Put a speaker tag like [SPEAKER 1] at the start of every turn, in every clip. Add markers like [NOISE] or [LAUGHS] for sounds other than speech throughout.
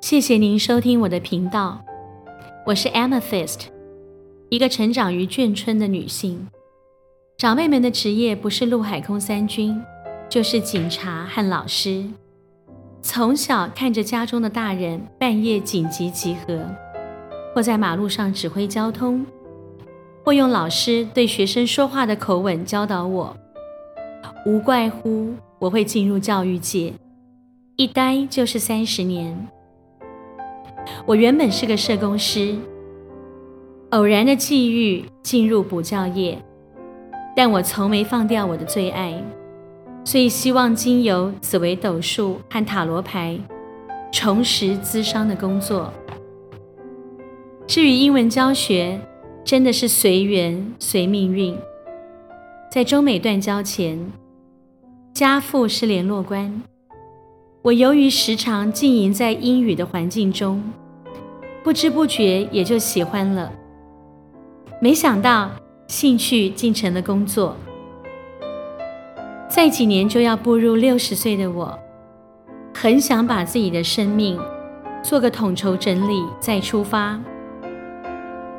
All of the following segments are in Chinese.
[SPEAKER 1] 谢谢您收听我的频道，我是 Amethyst，一个成长于眷村的女性。长辈们的职业不是陆海空三军，就是警察和老师。从小看着家中的大人半夜紧急集合，或在马路上指挥交通，或用老师对学生说话的口吻教导我，无怪乎我会进入教育界，一待就是三十年。我原本是个社工师，偶然的际遇进入补教业，但我从没放掉我的最爱。所以希望经由紫微斗数和塔罗牌，重拾资商的工作。至于英文教学，真的是随缘随命运。在中美断交前，家父是联络官，我由于时常浸淫在英语的环境中，不知不觉也就喜欢了。没想到兴趣竟成了工作。再几年就要步入六十岁的我，很想把自己的生命做个统筹整理再出发。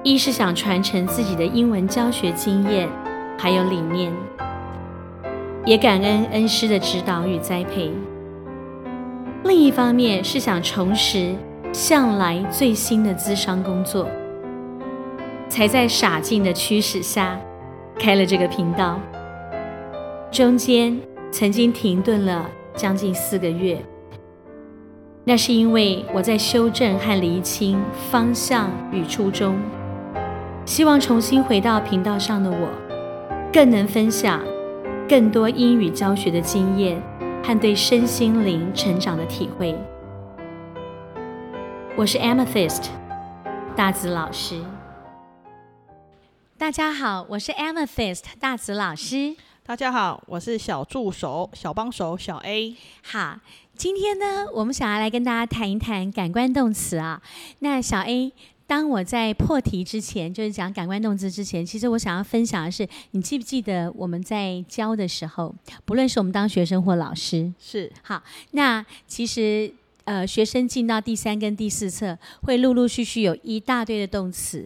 [SPEAKER 1] 一是想传承自己的英文教学经验，还有理念，也感恩恩师的指导与栽培。另一方面是想重拾向来最新的资商工作，才在傻劲的驱使下开了这个频道。中间曾经停顿了将近四个月，那是因为我在修正和厘清方向与初衷，希望重新回到频道上的我，更能分享更多英语教学的经验和对身心灵成长的体会。我是 Amethyst 大紫老师，大家好，我是 Amethyst 大紫老师。
[SPEAKER 2] 大家好，我是小助手、小帮手小 A。
[SPEAKER 1] 好，今天呢，我们想要来跟大家谈一谈感官动词啊。那小 A，当我在破题之前，就是讲感官动词之前，其实我想要分享的是，你记不记得我们在教的时候，不论是我们当学生或老师，
[SPEAKER 2] 是
[SPEAKER 1] 好，那其实呃，学生进到第三跟第四册，会陆陆续续有一大堆的动词，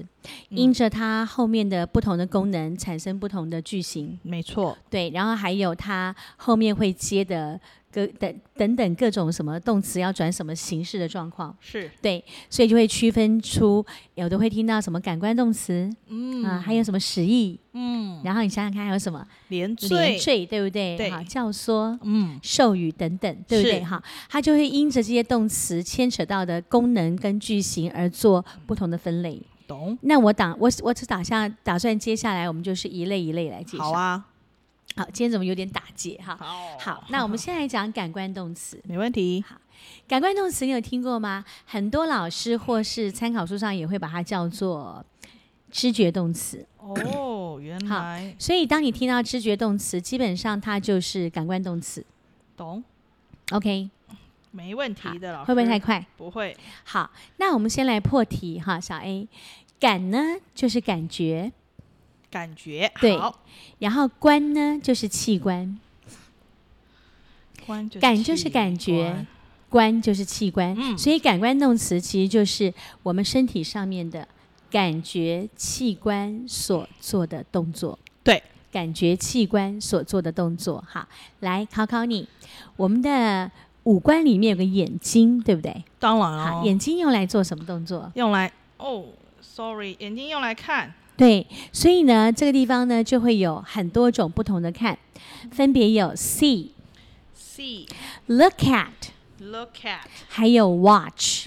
[SPEAKER 2] 嗯
[SPEAKER 1] 因着它后面的不同的功能，产生不同的句型。
[SPEAKER 2] 没错，
[SPEAKER 1] 对，然后还有它后面会接的各等等等各种什么动词要转什么形式的状况，
[SPEAKER 2] 是
[SPEAKER 1] 对，所以就会区分出有的会听到什么感官动词
[SPEAKER 2] 嗯
[SPEAKER 1] 啊，还有什么实义，
[SPEAKER 2] 嗯，
[SPEAKER 1] 然后你想想看还有什么
[SPEAKER 2] 连
[SPEAKER 1] 连
[SPEAKER 2] 缀
[SPEAKER 1] 缀，对不对？
[SPEAKER 2] 对
[SPEAKER 1] 哈，教唆。
[SPEAKER 2] 嗯
[SPEAKER 1] 授予等等，对不对？
[SPEAKER 2] 是
[SPEAKER 1] 哈，它就会因着这些动词牵扯到的功能跟句型而做不同的分类。
[SPEAKER 2] 懂
[SPEAKER 1] 那我打我我只打下打算接下来我们就是一类一类来介绍。
[SPEAKER 2] 好啊，
[SPEAKER 1] 好，今天怎么有点打结哈？
[SPEAKER 2] 好
[SPEAKER 1] 好，那我们先来讲感官动词。 [LAUGHS]
[SPEAKER 2] 没问题，
[SPEAKER 1] 感官动词你有听过吗？很多老师或是参考书上也会把它叫做知觉动词。
[SPEAKER 2] [COUGHS] 哦，原来
[SPEAKER 1] 所以当你听到知觉动词，基本上它就是感官动词。
[SPEAKER 2] 懂，
[SPEAKER 1] OK，
[SPEAKER 2] 没问
[SPEAKER 1] 好
[SPEAKER 2] 题的，老师
[SPEAKER 1] 会不会太快？
[SPEAKER 2] 不会？
[SPEAKER 1] 好，那我们先来破题哈，小 A。感呢就是感觉，
[SPEAKER 2] 感觉
[SPEAKER 1] 对
[SPEAKER 2] 好，
[SPEAKER 1] 然后官呢就是器官，
[SPEAKER 2] 关就是
[SPEAKER 1] 感就是感觉，官就是器官，
[SPEAKER 2] 嗯
[SPEAKER 1] 所以感官动词其实就是我们身体上面的感觉器官所做的动作。
[SPEAKER 2] 对，
[SPEAKER 1] 感觉器官所做的动作。好，来考考你，我们的五官里面有个眼睛，对不对？
[SPEAKER 2] 器官当然
[SPEAKER 1] 好，
[SPEAKER 2] 哦，
[SPEAKER 1] 眼睛用来做什么动作？
[SPEAKER 2] 用来哦，sorry，眼睛用来看，
[SPEAKER 1] 对，所以呢，这个地方呢就会有很多种不同的看，分别有 see、
[SPEAKER 2] see,
[SPEAKER 1] look at，
[SPEAKER 2] look at,
[SPEAKER 1] 还有 watch。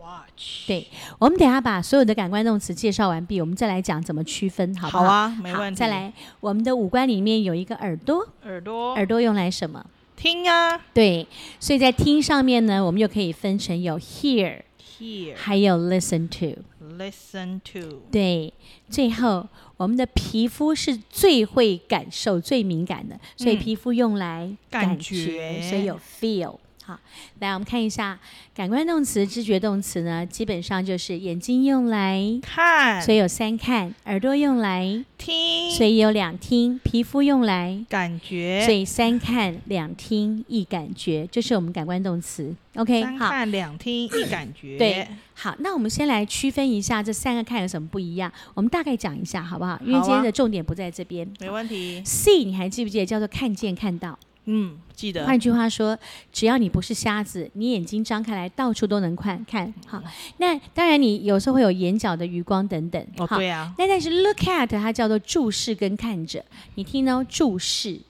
[SPEAKER 2] watch，
[SPEAKER 1] 对，我们等一下把所有的感官动词介绍完毕，我们再来讲怎么区分，好不
[SPEAKER 2] 好啊，没
[SPEAKER 1] 好
[SPEAKER 2] 问题。
[SPEAKER 1] 再，来，我们的五官里面有一个耳朵，
[SPEAKER 2] 耳朵
[SPEAKER 1] 耳朵用来什么？
[SPEAKER 2] 听啊
[SPEAKER 1] 对，所以在听上面呢，我们又可以分成有 hear，
[SPEAKER 2] ，hear,
[SPEAKER 1] 还有 listen to。
[SPEAKER 2] listen to。
[SPEAKER 1] 对，最后我们的皮肤是最会感受、最敏感的，所以
[SPEAKER 2] 嗯
[SPEAKER 1] 皮肤用来
[SPEAKER 2] 感
[SPEAKER 1] 觉，
[SPEAKER 2] 觉
[SPEAKER 1] 所以有 feel。好，来我们看一下感官动词、知觉动词呢，基本上就是眼睛用来，
[SPEAKER 2] 看、
[SPEAKER 1] 所以有三看；耳朵用来，
[SPEAKER 2] 听、
[SPEAKER 1] 所以有两听；皮肤用来，
[SPEAKER 2] 感觉，
[SPEAKER 1] 所以三看两听一感觉，这是我们感官动词。OK，
[SPEAKER 2] 三
[SPEAKER 1] 好，
[SPEAKER 2] 看两听一感觉。
[SPEAKER 1] 对，好，那我们先来区分一下这三个看有什么不一样，我们大概讲一下好不好？因为
[SPEAKER 2] 好啊
[SPEAKER 1] 今天的重点不在这边。
[SPEAKER 2] 没问题。
[SPEAKER 1] C，你还记不记得叫做看见看到？
[SPEAKER 2] 嗯，记得。
[SPEAKER 1] 换句话说，只要你不是瞎子，你眼睛张开来，到处都能看看。好，那当然你有时候会有眼角的余光等等。
[SPEAKER 2] 哦，
[SPEAKER 1] 好，
[SPEAKER 2] 对啊，
[SPEAKER 1] 那但是 look at 它叫做注视跟看着，你听哦，注视。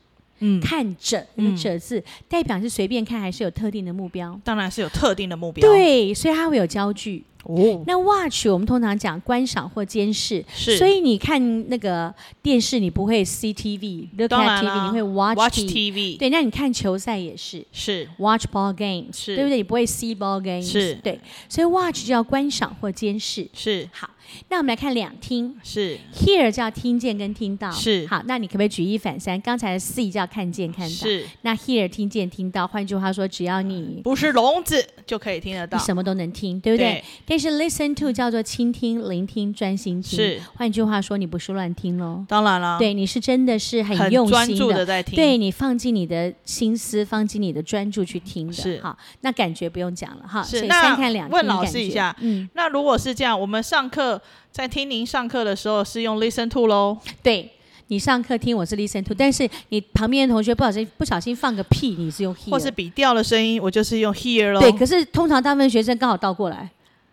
[SPEAKER 2] 嗯，
[SPEAKER 1] 看着那个“者”字，代表是随便看还是有特定的目标？
[SPEAKER 2] 当然是有特定的目标。，
[SPEAKER 1] 对，所以它会有焦距。
[SPEAKER 2] 哦，
[SPEAKER 1] 那 watch 我们通常讲观赏或监视，
[SPEAKER 2] 是
[SPEAKER 1] 所以你看那个电视，你不会 CTV、look
[SPEAKER 2] 当
[SPEAKER 1] at
[SPEAKER 2] 然
[SPEAKER 1] TV，
[SPEAKER 2] 啦
[SPEAKER 1] 你会 watch,
[SPEAKER 2] watch
[SPEAKER 1] TV
[SPEAKER 2] TV
[SPEAKER 1] 对，那你看球赛也是
[SPEAKER 2] 是
[SPEAKER 1] watch ball games，
[SPEAKER 2] 是
[SPEAKER 1] 对不对？你不会 see ball games，
[SPEAKER 2] 是
[SPEAKER 1] 对，所以 watch 叫观赏或监视。
[SPEAKER 2] 是
[SPEAKER 1] 好，那我们来看两听。
[SPEAKER 2] 是
[SPEAKER 1] Hear 叫听见跟听到，
[SPEAKER 2] 是
[SPEAKER 1] 好，那你可不可以举一反三？刚才的 see 叫看见看到，
[SPEAKER 2] 是，
[SPEAKER 1] 那 hear 听见听到，换句话说，只要你
[SPEAKER 2] 不是聋子就可以听得到
[SPEAKER 1] 你。什么都能听，对不对？
[SPEAKER 2] 对
[SPEAKER 1] 但是 listen to 叫做倾听、聆听、专心听。
[SPEAKER 2] 是，
[SPEAKER 1] 换句话说，你不是乱听喽，
[SPEAKER 2] 当然了，，
[SPEAKER 1] 对，你是真的是很
[SPEAKER 2] 啊很
[SPEAKER 1] 用
[SPEAKER 2] 专
[SPEAKER 1] 心
[SPEAKER 2] 注
[SPEAKER 1] 的
[SPEAKER 2] 的在听。
[SPEAKER 1] 对你放进你的心思，放进你的专注去听的，
[SPEAKER 2] 是
[SPEAKER 1] 好，那感觉不用讲了哈。
[SPEAKER 2] 是
[SPEAKER 1] 所以
[SPEAKER 2] 那
[SPEAKER 1] 三看两听
[SPEAKER 2] 问老
[SPEAKER 1] 感
[SPEAKER 2] 师一
[SPEAKER 1] 觉
[SPEAKER 2] 下
[SPEAKER 1] 嗯，
[SPEAKER 2] 那如果是这样，我们上课在听您上课的时候是用 listen to 喽？
[SPEAKER 1] 对你上课听我是 listen to，但是你旁边的同学不小心不小心放个屁，你是用 hear，
[SPEAKER 2] 或是笔调的声音，我就是用 hear 咯。
[SPEAKER 1] 对，可是通常大部分学生刚好倒过来，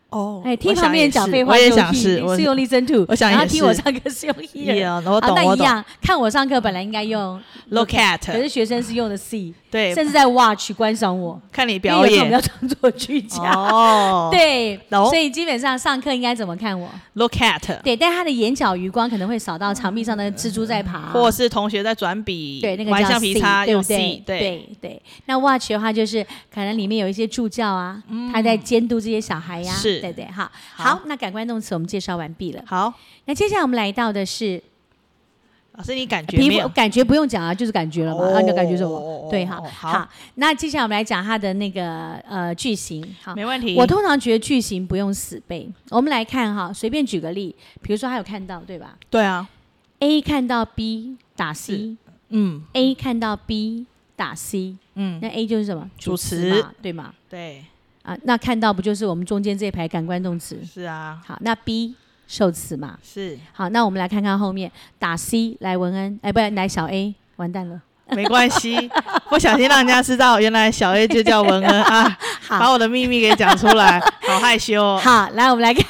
[SPEAKER 2] 哦，
[SPEAKER 1] 哎，听
[SPEAKER 2] 我想
[SPEAKER 1] 旁边人
[SPEAKER 2] 也
[SPEAKER 1] 讲
[SPEAKER 2] 是
[SPEAKER 1] 废话
[SPEAKER 2] 我也
[SPEAKER 1] 就
[SPEAKER 2] 想
[SPEAKER 1] hear，
[SPEAKER 2] 是，
[SPEAKER 1] 你
[SPEAKER 2] 我
[SPEAKER 1] 是用 listen to，
[SPEAKER 2] 我想
[SPEAKER 1] 然后
[SPEAKER 2] 也
[SPEAKER 1] 听我
[SPEAKER 2] 是
[SPEAKER 1] 上课是用 hear。
[SPEAKER 2] yeah，我
[SPEAKER 1] 啊，
[SPEAKER 2] 懂，
[SPEAKER 1] 那
[SPEAKER 2] 我
[SPEAKER 1] 一
[SPEAKER 2] 懂。
[SPEAKER 1] 样，看我上课本来应该用
[SPEAKER 2] Look
[SPEAKER 1] 可
[SPEAKER 2] at，
[SPEAKER 1] 是学生是用的 see，
[SPEAKER 2] 对，
[SPEAKER 1] 甚至在 watch 观赏我
[SPEAKER 2] 看你
[SPEAKER 1] 因
[SPEAKER 2] 表
[SPEAKER 1] 为有时候我们
[SPEAKER 2] 演
[SPEAKER 1] 要当做居家。[LAUGHS]
[SPEAKER 2] 哦。
[SPEAKER 1] 对，
[SPEAKER 2] 懂
[SPEAKER 1] 所以基本上上课应该怎么看我？
[SPEAKER 2] ，Look at，
[SPEAKER 1] 对，但他的眼角余光可能会扫到墙壁上的蜘蛛在爬，
[SPEAKER 2] 或是同学在转笔，
[SPEAKER 1] 啊对那个
[SPEAKER 2] 玩
[SPEAKER 1] 叫
[SPEAKER 2] 橡皮擦
[SPEAKER 1] see，对
[SPEAKER 2] 用
[SPEAKER 1] 不
[SPEAKER 2] C，
[SPEAKER 1] 对？对对。那 watch 的话，就是可能里面有一些助教啊，他在监督这些小孩呀，
[SPEAKER 2] 嗯是
[SPEAKER 1] 对对哈。
[SPEAKER 2] 好
[SPEAKER 1] 好，那感官动词我们介绍完毕了。
[SPEAKER 2] 好，
[SPEAKER 1] 那接下来我们来到的是
[SPEAKER 2] 老师你感觉
[SPEAKER 1] 皮
[SPEAKER 2] 没
[SPEAKER 1] 肤
[SPEAKER 2] 有？
[SPEAKER 1] 感觉不用讲啊，就是感觉了嘛，啊，你的感觉什
[SPEAKER 2] 呃哦哦
[SPEAKER 1] 么
[SPEAKER 2] 哦？
[SPEAKER 1] 对
[SPEAKER 2] 哦
[SPEAKER 1] 哈
[SPEAKER 2] 哦。好
[SPEAKER 1] 好，那接下来我们来讲它的那个呃句型。好，
[SPEAKER 2] 没问题，
[SPEAKER 1] 我通常觉得句型不用死背。我们来看哈，随便举个例，比如说他有看到对吧
[SPEAKER 2] 对啊，
[SPEAKER 1] ？A 看到 B 打 C，A
[SPEAKER 2] 嗯
[SPEAKER 1] 看到 B 打 C，
[SPEAKER 2] 嗯，
[SPEAKER 1] 那 A 就是什么？
[SPEAKER 2] 主
[SPEAKER 1] 词嘛，对吗？
[SPEAKER 2] 对，
[SPEAKER 1] 啊，那看到不就是我们中间这一排感官动词？
[SPEAKER 2] 是啊，
[SPEAKER 1] 好，那 B 受词嘛。 [LAUGHS]
[SPEAKER 2] 是
[SPEAKER 1] 好，那我们来看看后面打 C 来文恩，哎，不来小 A，完蛋了。
[SPEAKER 2] 没关系，不小心让人家知道，原来小 A 就叫文恩啊，把
[SPEAKER 1] [LAUGHS] 好，
[SPEAKER 2] 我的秘密给讲出来，好害羞哦。
[SPEAKER 1] 好，来我们来看。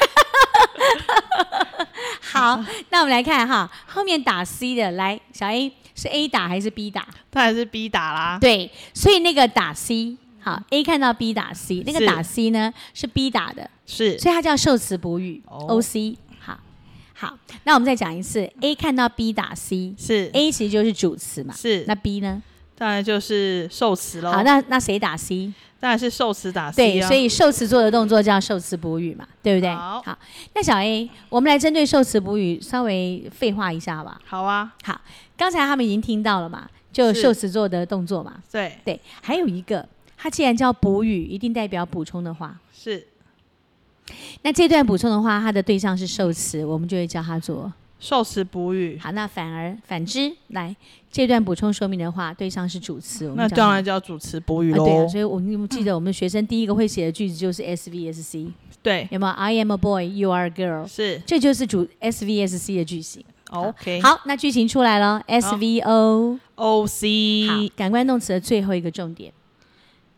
[SPEAKER 2] [LAUGHS]
[SPEAKER 1] 好，那我们来看哈，后面打 C 的来小 A 是 A 打还是 B 打？
[SPEAKER 2] 当然是 B 打啦，
[SPEAKER 1] 对，所以那个打 C，好
[SPEAKER 2] 嗯
[SPEAKER 1] A 看到 B 打 C，那个
[SPEAKER 2] 是
[SPEAKER 1] 打 C 呢是 B 打的，
[SPEAKER 2] 是
[SPEAKER 1] 所以它叫受词补语、
[SPEAKER 2] 哦
[SPEAKER 1] OC。好，好，那我们再讲一次，A 看到 B 打 C，A
[SPEAKER 2] 是
[SPEAKER 1] 其实就是主词嘛，
[SPEAKER 2] 是，
[SPEAKER 1] 那 B 呢？
[SPEAKER 2] 当然就是受词喽，
[SPEAKER 1] 好，那那谁打 C？
[SPEAKER 2] 当然是受词打 C
[SPEAKER 1] 对，
[SPEAKER 2] 啊，
[SPEAKER 1] 所以受词做的动作叫受词补语嘛，对不对？
[SPEAKER 2] 好
[SPEAKER 1] 那小 A，我们来针对受词补语稍微废话一下吧。
[SPEAKER 2] 好啊，
[SPEAKER 1] 好，刚才他们已经听到了嘛，就是受词做的动作嘛。
[SPEAKER 2] 对，
[SPEAKER 1] 对，还有一个，它既然叫补语，一定代表补充的话。
[SPEAKER 2] 是
[SPEAKER 1] 那这段补充的话，它的对象是受词，我们就会叫它做。
[SPEAKER 2] 受词补语，
[SPEAKER 1] 好，那反而反之，来这段补充说明的话，对象是主词，我们
[SPEAKER 2] 那
[SPEAKER 1] 叫
[SPEAKER 2] 当
[SPEAKER 1] 它
[SPEAKER 2] 然叫主词补语
[SPEAKER 1] 啊，对啊，
[SPEAKER 2] 喽，
[SPEAKER 1] 所以我们记得我们学生第一个会写的句子就是 S V S C，
[SPEAKER 2] 对，
[SPEAKER 1] 有没有？I am a boy, you are a girl，
[SPEAKER 2] 是
[SPEAKER 1] 这就是主 S V S C 的句型。
[SPEAKER 2] OK，
[SPEAKER 1] 好，那句型出来了，S V O。
[SPEAKER 2] ，O
[SPEAKER 1] 好
[SPEAKER 2] C，，
[SPEAKER 1] 感官动词的最后一个重点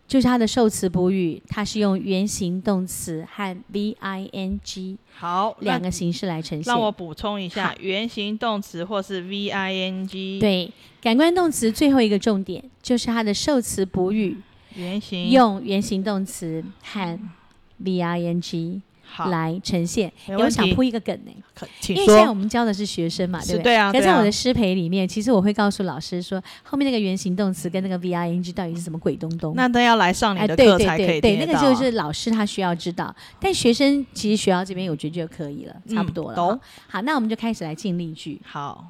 [SPEAKER 1] 就是它的受词补语，它是用原形动词和 V I N G
[SPEAKER 2] 好，那
[SPEAKER 1] 两个形式来呈现
[SPEAKER 2] 让。我补充一下
[SPEAKER 1] 好，
[SPEAKER 2] 原形动词或是 V I N G，，
[SPEAKER 1] 对，感官动词最后一个重点就是它的受词补语
[SPEAKER 2] 原形
[SPEAKER 1] 用原形动词和 V I N G
[SPEAKER 2] 好，
[SPEAKER 1] 来呈现。
[SPEAKER 2] 没
[SPEAKER 1] 诶
[SPEAKER 2] 问
[SPEAKER 1] 我想
[SPEAKER 2] 题
[SPEAKER 1] 铺一个梗呢、
[SPEAKER 2] 可
[SPEAKER 1] 因
[SPEAKER 2] 请
[SPEAKER 1] 为现在我
[SPEAKER 2] 说，
[SPEAKER 1] 们教的是学生嘛，对
[SPEAKER 2] 是
[SPEAKER 1] 不对？
[SPEAKER 2] 对啊，
[SPEAKER 1] 可
[SPEAKER 2] 对
[SPEAKER 1] 在我
[SPEAKER 2] 啊
[SPEAKER 1] 的，师培里面，其实我会告诉老师说，后面那个原形动词跟那个 V I N G 到底是什么鬼东东。
[SPEAKER 2] 那都要来上
[SPEAKER 1] 哎，
[SPEAKER 2] 你的
[SPEAKER 1] 对
[SPEAKER 2] 课
[SPEAKER 1] 对
[SPEAKER 2] 才可
[SPEAKER 1] 对
[SPEAKER 2] 以
[SPEAKER 1] 对，
[SPEAKER 2] 听
[SPEAKER 1] 那个
[SPEAKER 2] 得到啊，
[SPEAKER 1] 就是老师他需要知道，但学生其实学校这边有觉就可以了，差不
[SPEAKER 2] 嗯
[SPEAKER 1] 多了。
[SPEAKER 2] 懂
[SPEAKER 1] 好好，那我们就开始来进例句。
[SPEAKER 2] 好，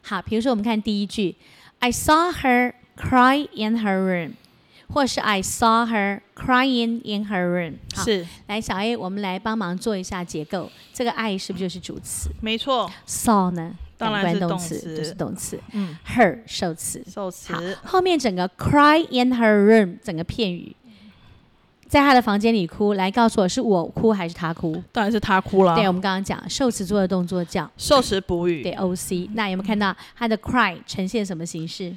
[SPEAKER 1] 好，比如说我们看第一句，I saw her cry in her room。或是 I saw her crying in her room。好，
[SPEAKER 2] 是
[SPEAKER 1] 来小 A，我们来帮忙做一下结构。这个 I 是不是就是主词
[SPEAKER 2] 没错，
[SPEAKER 1] ？saw 呢，
[SPEAKER 2] 当然
[SPEAKER 1] 感
[SPEAKER 2] 是
[SPEAKER 1] 官动
[SPEAKER 2] 动
[SPEAKER 1] 词
[SPEAKER 2] 词
[SPEAKER 1] 就是动词。
[SPEAKER 2] 嗯，
[SPEAKER 1] her 受词。
[SPEAKER 2] 受
[SPEAKER 1] 好
[SPEAKER 2] 词，
[SPEAKER 1] 后面整个 cry in her room 整个片语，在她的房间里哭。来告诉我是我哭还是她哭？
[SPEAKER 2] 当然是他哭了
[SPEAKER 1] 对，，我们刚刚讲受词做的动作叫
[SPEAKER 2] 受词补语
[SPEAKER 1] 对 O C。那有没有看到她的 cry 呈现什么形式？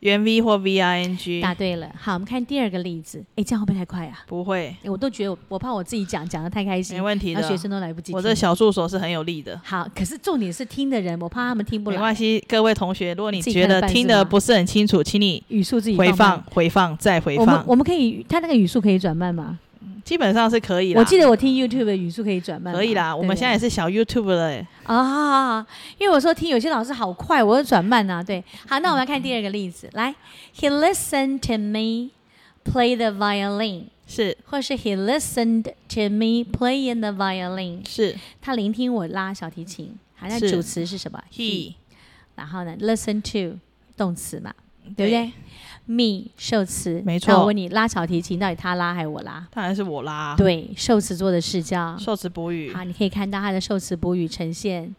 [SPEAKER 2] 原 V 或 V I N G，
[SPEAKER 1] 答对了。好，我们看第二个例子。诶，这样会不会太快啊？
[SPEAKER 2] 不会，
[SPEAKER 1] 诶我都觉得我我怕我自己讲讲的太开
[SPEAKER 2] 没
[SPEAKER 1] 心，
[SPEAKER 2] 问题
[SPEAKER 1] 然
[SPEAKER 2] 的
[SPEAKER 1] 后。学生都来不及听。
[SPEAKER 2] 我这小助手是很有力的，
[SPEAKER 1] 好，可是重点是听的人，我怕他们听不
[SPEAKER 2] 没
[SPEAKER 1] 来。
[SPEAKER 2] 关系，各位同学，如果你
[SPEAKER 1] 自己
[SPEAKER 2] 觉
[SPEAKER 1] 看着
[SPEAKER 2] 得
[SPEAKER 1] 办
[SPEAKER 2] 听
[SPEAKER 1] 是吗
[SPEAKER 2] 得不是很清楚，请你
[SPEAKER 1] 语速自己
[SPEAKER 2] 回
[SPEAKER 1] 放
[SPEAKER 2] 放
[SPEAKER 1] 慢。、
[SPEAKER 2] 回放再回
[SPEAKER 1] 我们
[SPEAKER 2] 放，
[SPEAKER 1] 我们可以，他那个语速可以转慢吗？
[SPEAKER 2] 基本上是可以啦。
[SPEAKER 1] 我记得我听 YouTube 的语速可以转慢嘛，
[SPEAKER 2] 可以啦，
[SPEAKER 1] 对
[SPEAKER 2] 我们
[SPEAKER 1] 不对
[SPEAKER 2] 现在也是小 YouTube 了欸，
[SPEAKER 1] 啊好，好好因为我说听有些老师好快，我就转慢啊。对，好，那我们来看第二个例子，来，He listened to me play the violin，
[SPEAKER 2] 是
[SPEAKER 1] 或是 He listened to me playing the violin，
[SPEAKER 2] 是
[SPEAKER 1] 他聆听我拉小提琴。好，那
[SPEAKER 2] 是
[SPEAKER 1] 主词是什么
[SPEAKER 2] He，
[SPEAKER 1] 然后呢，listen to 动词嘛，对不
[SPEAKER 2] 对
[SPEAKER 1] 对？me 受词，
[SPEAKER 2] 没错
[SPEAKER 1] 那我问你，拉小提琴到底他拉还是我拉？
[SPEAKER 2] 当然是我啦。，
[SPEAKER 1] 对，受词做的是叫
[SPEAKER 2] 受词补语
[SPEAKER 1] 好，你可以看到它的受词补语呈现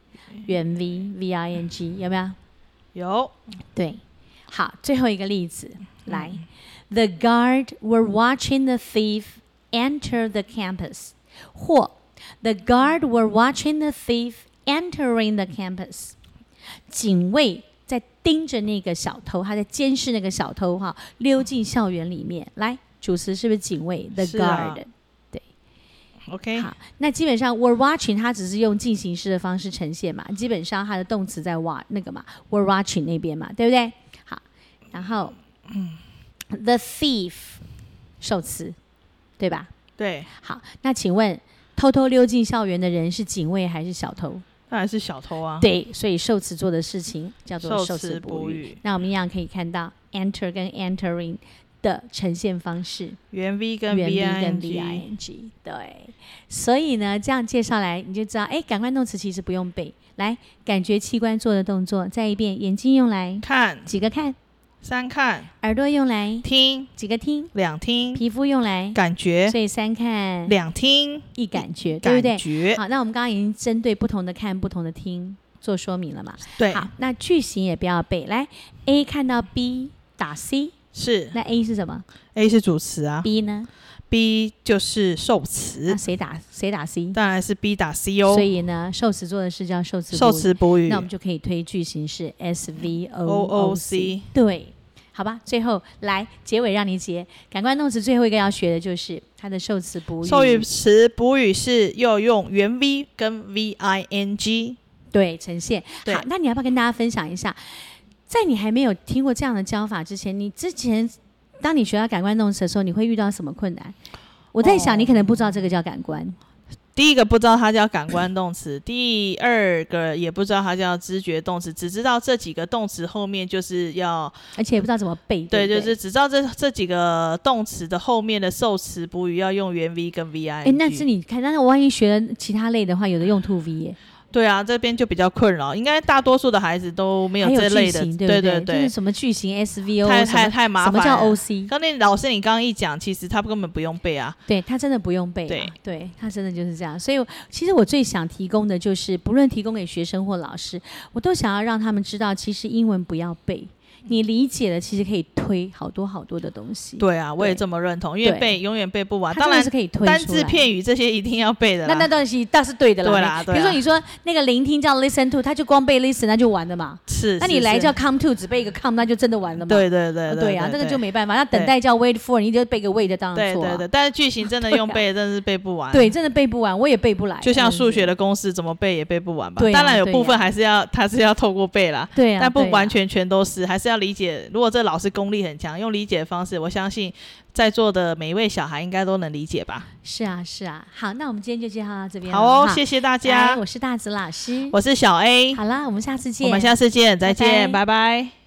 [SPEAKER 1] 原 v v i n g 有没有？
[SPEAKER 2] 有
[SPEAKER 1] 对，好，最后一个例子
[SPEAKER 2] 嗯
[SPEAKER 1] 来、t h e guard were watching the thief enter the campus，或 The guard were watching the thief entering the campus，警卫在盯着那个小偷，他在监视那个小偷哈，溜进校园里面。来，主词是不是警卫？The
[SPEAKER 2] 是啊
[SPEAKER 1] guard，、
[SPEAKER 2] OK，
[SPEAKER 1] 好，那基本上 we're watching 它只是用进行式的方式呈现嘛，基本上它的动词在 watch 那个嘛，we're watching 那边嘛，对不对？好，然后、the 嗯 thief 受词，对吧？
[SPEAKER 2] 对，
[SPEAKER 1] 好，那请问偷偷溜进校园的人是警卫还是小偷？
[SPEAKER 2] 当然是小偷啊。
[SPEAKER 1] 对，所以受词做的事情叫做受
[SPEAKER 2] 受
[SPEAKER 1] 词
[SPEAKER 2] 词
[SPEAKER 1] 补
[SPEAKER 2] 补
[SPEAKER 1] 语。
[SPEAKER 2] 语，
[SPEAKER 1] 那我们一样可以看到 enter 跟 entering 的呈现方式。
[SPEAKER 2] 原 V 跟
[SPEAKER 1] 原
[SPEAKER 2] V
[SPEAKER 1] V 跟
[SPEAKER 2] N
[SPEAKER 1] V I
[SPEAKER 2] G，
[SPEAKER 1] N G，对，所以呢，这样介绍来你就知道，哎，感官动词其实不用背，来，感觉器官做的动作，再一遍，眼睛用来
[SPEAKER 2] 看
[SPEAKER 1] 几个看，
[SPEAKER 2] 三看
[SPEAKER 1] 耳朵用来
[SPEAKER 2] 听
[SPEAKER 1] 几个听，
[SPEAKER 2] 两听
[SPEAKER 1] 皮肤用来，
[SPEAKER 2] 感觉
[SPEAKER 1] 所以三看
[SPEAKER 2] 两听
[SPEAKER 1] 一感觉，对不对？
[SPEAKER 2] 感觉
[SPEAKER 1] 好，那我们刚刚已经针对不同的看、不同的听做说明了嘛？
[SPEAKER 2] 对
[SPEAKER 1] 好，那句型也不要背，来，A 看到 B 打 C，
[SPEAKER 2] 是
[SPEAKER 1] 那 A 是什么
[SPEAKER 2] A 是主词啊
[SPEAKER 1] ？B 呢？
[SPEAKER 2] ，B 就是受词
[SPEAKER 1] 那，谁打谁打 C？
[SPEAKER 2] 当然是 B 打 C
[SPEAKER 1] 所
[SPEAKER 2] 哦，
[SPEAKER 1] 以呢，受词做的事叫受词
[SPEAKER 2] 受
[SPEAKER 1] 补
[SPEAKER 2] 词补语
[SPEAKER 1] 那我们就可以推句型是 S V O
[SPEAKER 2] O O
[SPEAKER 1] C。
[SPEAKER 2] C
[SPEAKER 1] 对，好吧，最后来结尾让你结感官动词，最后一个要学的就是它的受词补语。
[SPEAKER 2] 授予词补语是要用原 V 跟 V I N G。
[SPEAKER 1] 对呈现。
[SPEAKER 2] 对
[SPEAKER 1] 好，那你要不要跟大家分享一下，在你还没有听过这样的教法之前，你之前当你学到感官动词的时候，你会遇到什么困难？我在想，
[SPEAKER 2] 哦
[SPEAKER 1] 你可能不知道这个叫感官，
[SPEAKER 2] 第一个不知道它叫感官动词，第二个也不知道它叫知觉动词，只知道这几个动词后面就是要
[SPEAKER 1] 而且也不知道怎么背。
[SPEAKER 2] 对，
[SPEAKER 1] 对不对，
[SPEAKER 2] 就是只知道这这几个动词的后面的受词补语要用原 V 跟 V I。
[SPEAKER 1] 哎，那是你看，但是我万一学了其他类的话，有的用 to V 耶，
[SPEAKER 2] 对啊，这边就比较困扰，应该大多数的孩子都没有
[SPEAKER 1] 还有
[SPEAKER 2] 这
[SPEAKER 1] 句
[SPEAKER 2] 类的，
[SPEAKER 1] 型，
[SPEAKER 2] 对
[SPEAKER 1] 不
[SPEAKER 2] 对
[SPEAKER 1] 就是什么句型 S V O，
[SPEAKER 2] 太太太麻
[SPEAKER 1] 什
[SPEAKER 2] 烦
[SPEAKER 1] 么
[SPEAKER 2] 了。
[SPEAKER 1] 叫 OC？
[SPEAKER 2] 刚那老师你刚刚一讲，其实他根本不用背啊，
[SPEAKER 1] 对他真的不用背、啊，
[SPEAKER 2] 对，
[SPEAKER 1] 他真的就是这样。所以我其实我最想提供的就是，不论提供给学生或老师，我都想要让他们知道，其实英文不要背，你理解了，其实可以推好多好多的东西。，
[SPEAKER 2] 嗯对啊，我也
[SPEAKER 1] 对
[SPEAKER 2] 这么认同，因为
[SPEAKER 1] 对
[SPEAKER 2] 背永远背不完。
[SPEAKER 1] 它
[SPEAKER 2] 当
[SPEAKER 1] 真的
[SPEAKER 2] 然
[SPEAKER 1] 是，可以推
[SPEAKER 2] 单
[SPEAKER 1] 出
[SPEAKER 2] 字
[SPEAKER 1] 来。
[SPEAKER 2] 片语这些一定要背的
[SPEAKER 1] 那那
[SPEAKER 2] 啦。
[SPEAKER 1] 东西倒是对的啦。
[SPEAKER 2] 对啦
[SPEAKER 1] 比
[SPEAKER 2] 对
[SPEAKER 1] 如说
[SPEAKER 2] 啦
[SPEAKER 1] 你说那个聆听叫 listen to，他就光背 listen，那就完了嘛。
[SPEAKER 2] 是，
[SPEAKER 1] 那
[SPEAKER 2] 是
[SPEAKER 1] 你来
[SPEAKER 2] 是
[SPEAKER 1] 叫 come to，只背一个 come，那就真的完了嘛。
[SPEAKER 2] 对对对
[SPEAKER 1] 啊
[SPEAKER 2] 对
[SPEAKER 1] 啊，这个
[SPEAKER 2] 对
[SPEAKER 1] 就没办法。那等待叫 wait for，你就背个 wait，当然
[SPEAKER 2] 对
[SPEAKER 1] 错、啊。
[SPEAKER 2] 对对，但是剧情真的
[SPEAKER 1] [LAUGHS] 对啊
[SPEAKER 2] 用背，真的是背不完。，
[SPEAKER 1] 对，真的背不完，我也背不来。
[SPEAKER 2] 就像
[SPEAKER 1] 这样
[SPEAKER 2] 数
[SPEAKER 1] 子
[SPEAKER 2] 学的公式，怎么背也背不完吧
[SPEAKER 1] 对。啊
[SPEAKER 2] 当然有部
[SPEAKER 1] 对啊
[SPEAKER 2] 分还是要，它是要透过背啦，
[SPEAKER 1] 对啊，
[SPEAKER 2] 但
[SPEAKER 1] 对
[SPEAKER 2] 不
[SPEAKER 1] 啊
[SPEAKER 2] 完全全都是，还是要理解。如果这老师功力很强，用理解的方式，我相信在座的每一位小孩应该都能理解吧。
[SPEAKER 1] 是啊，是啊。好，那我们今天就介绍到这边了
[SPEAKER 2] 好哦，
[SPEAKER 1] 哈
[SPEAKER 2] 谢谢大
[SPEAKER 1] 来
[SPEAKER 2] 家，
[SPEAKER 1] 我是大子老师。
[SPEAKER 2] 我是小 A，
[SPEAKER 1] 好啦，我们下次见。
[SPEAKER 2] 我们下次见，再见，
[SPEAKER 1] 拜
[SPEAKER 2] 拜拜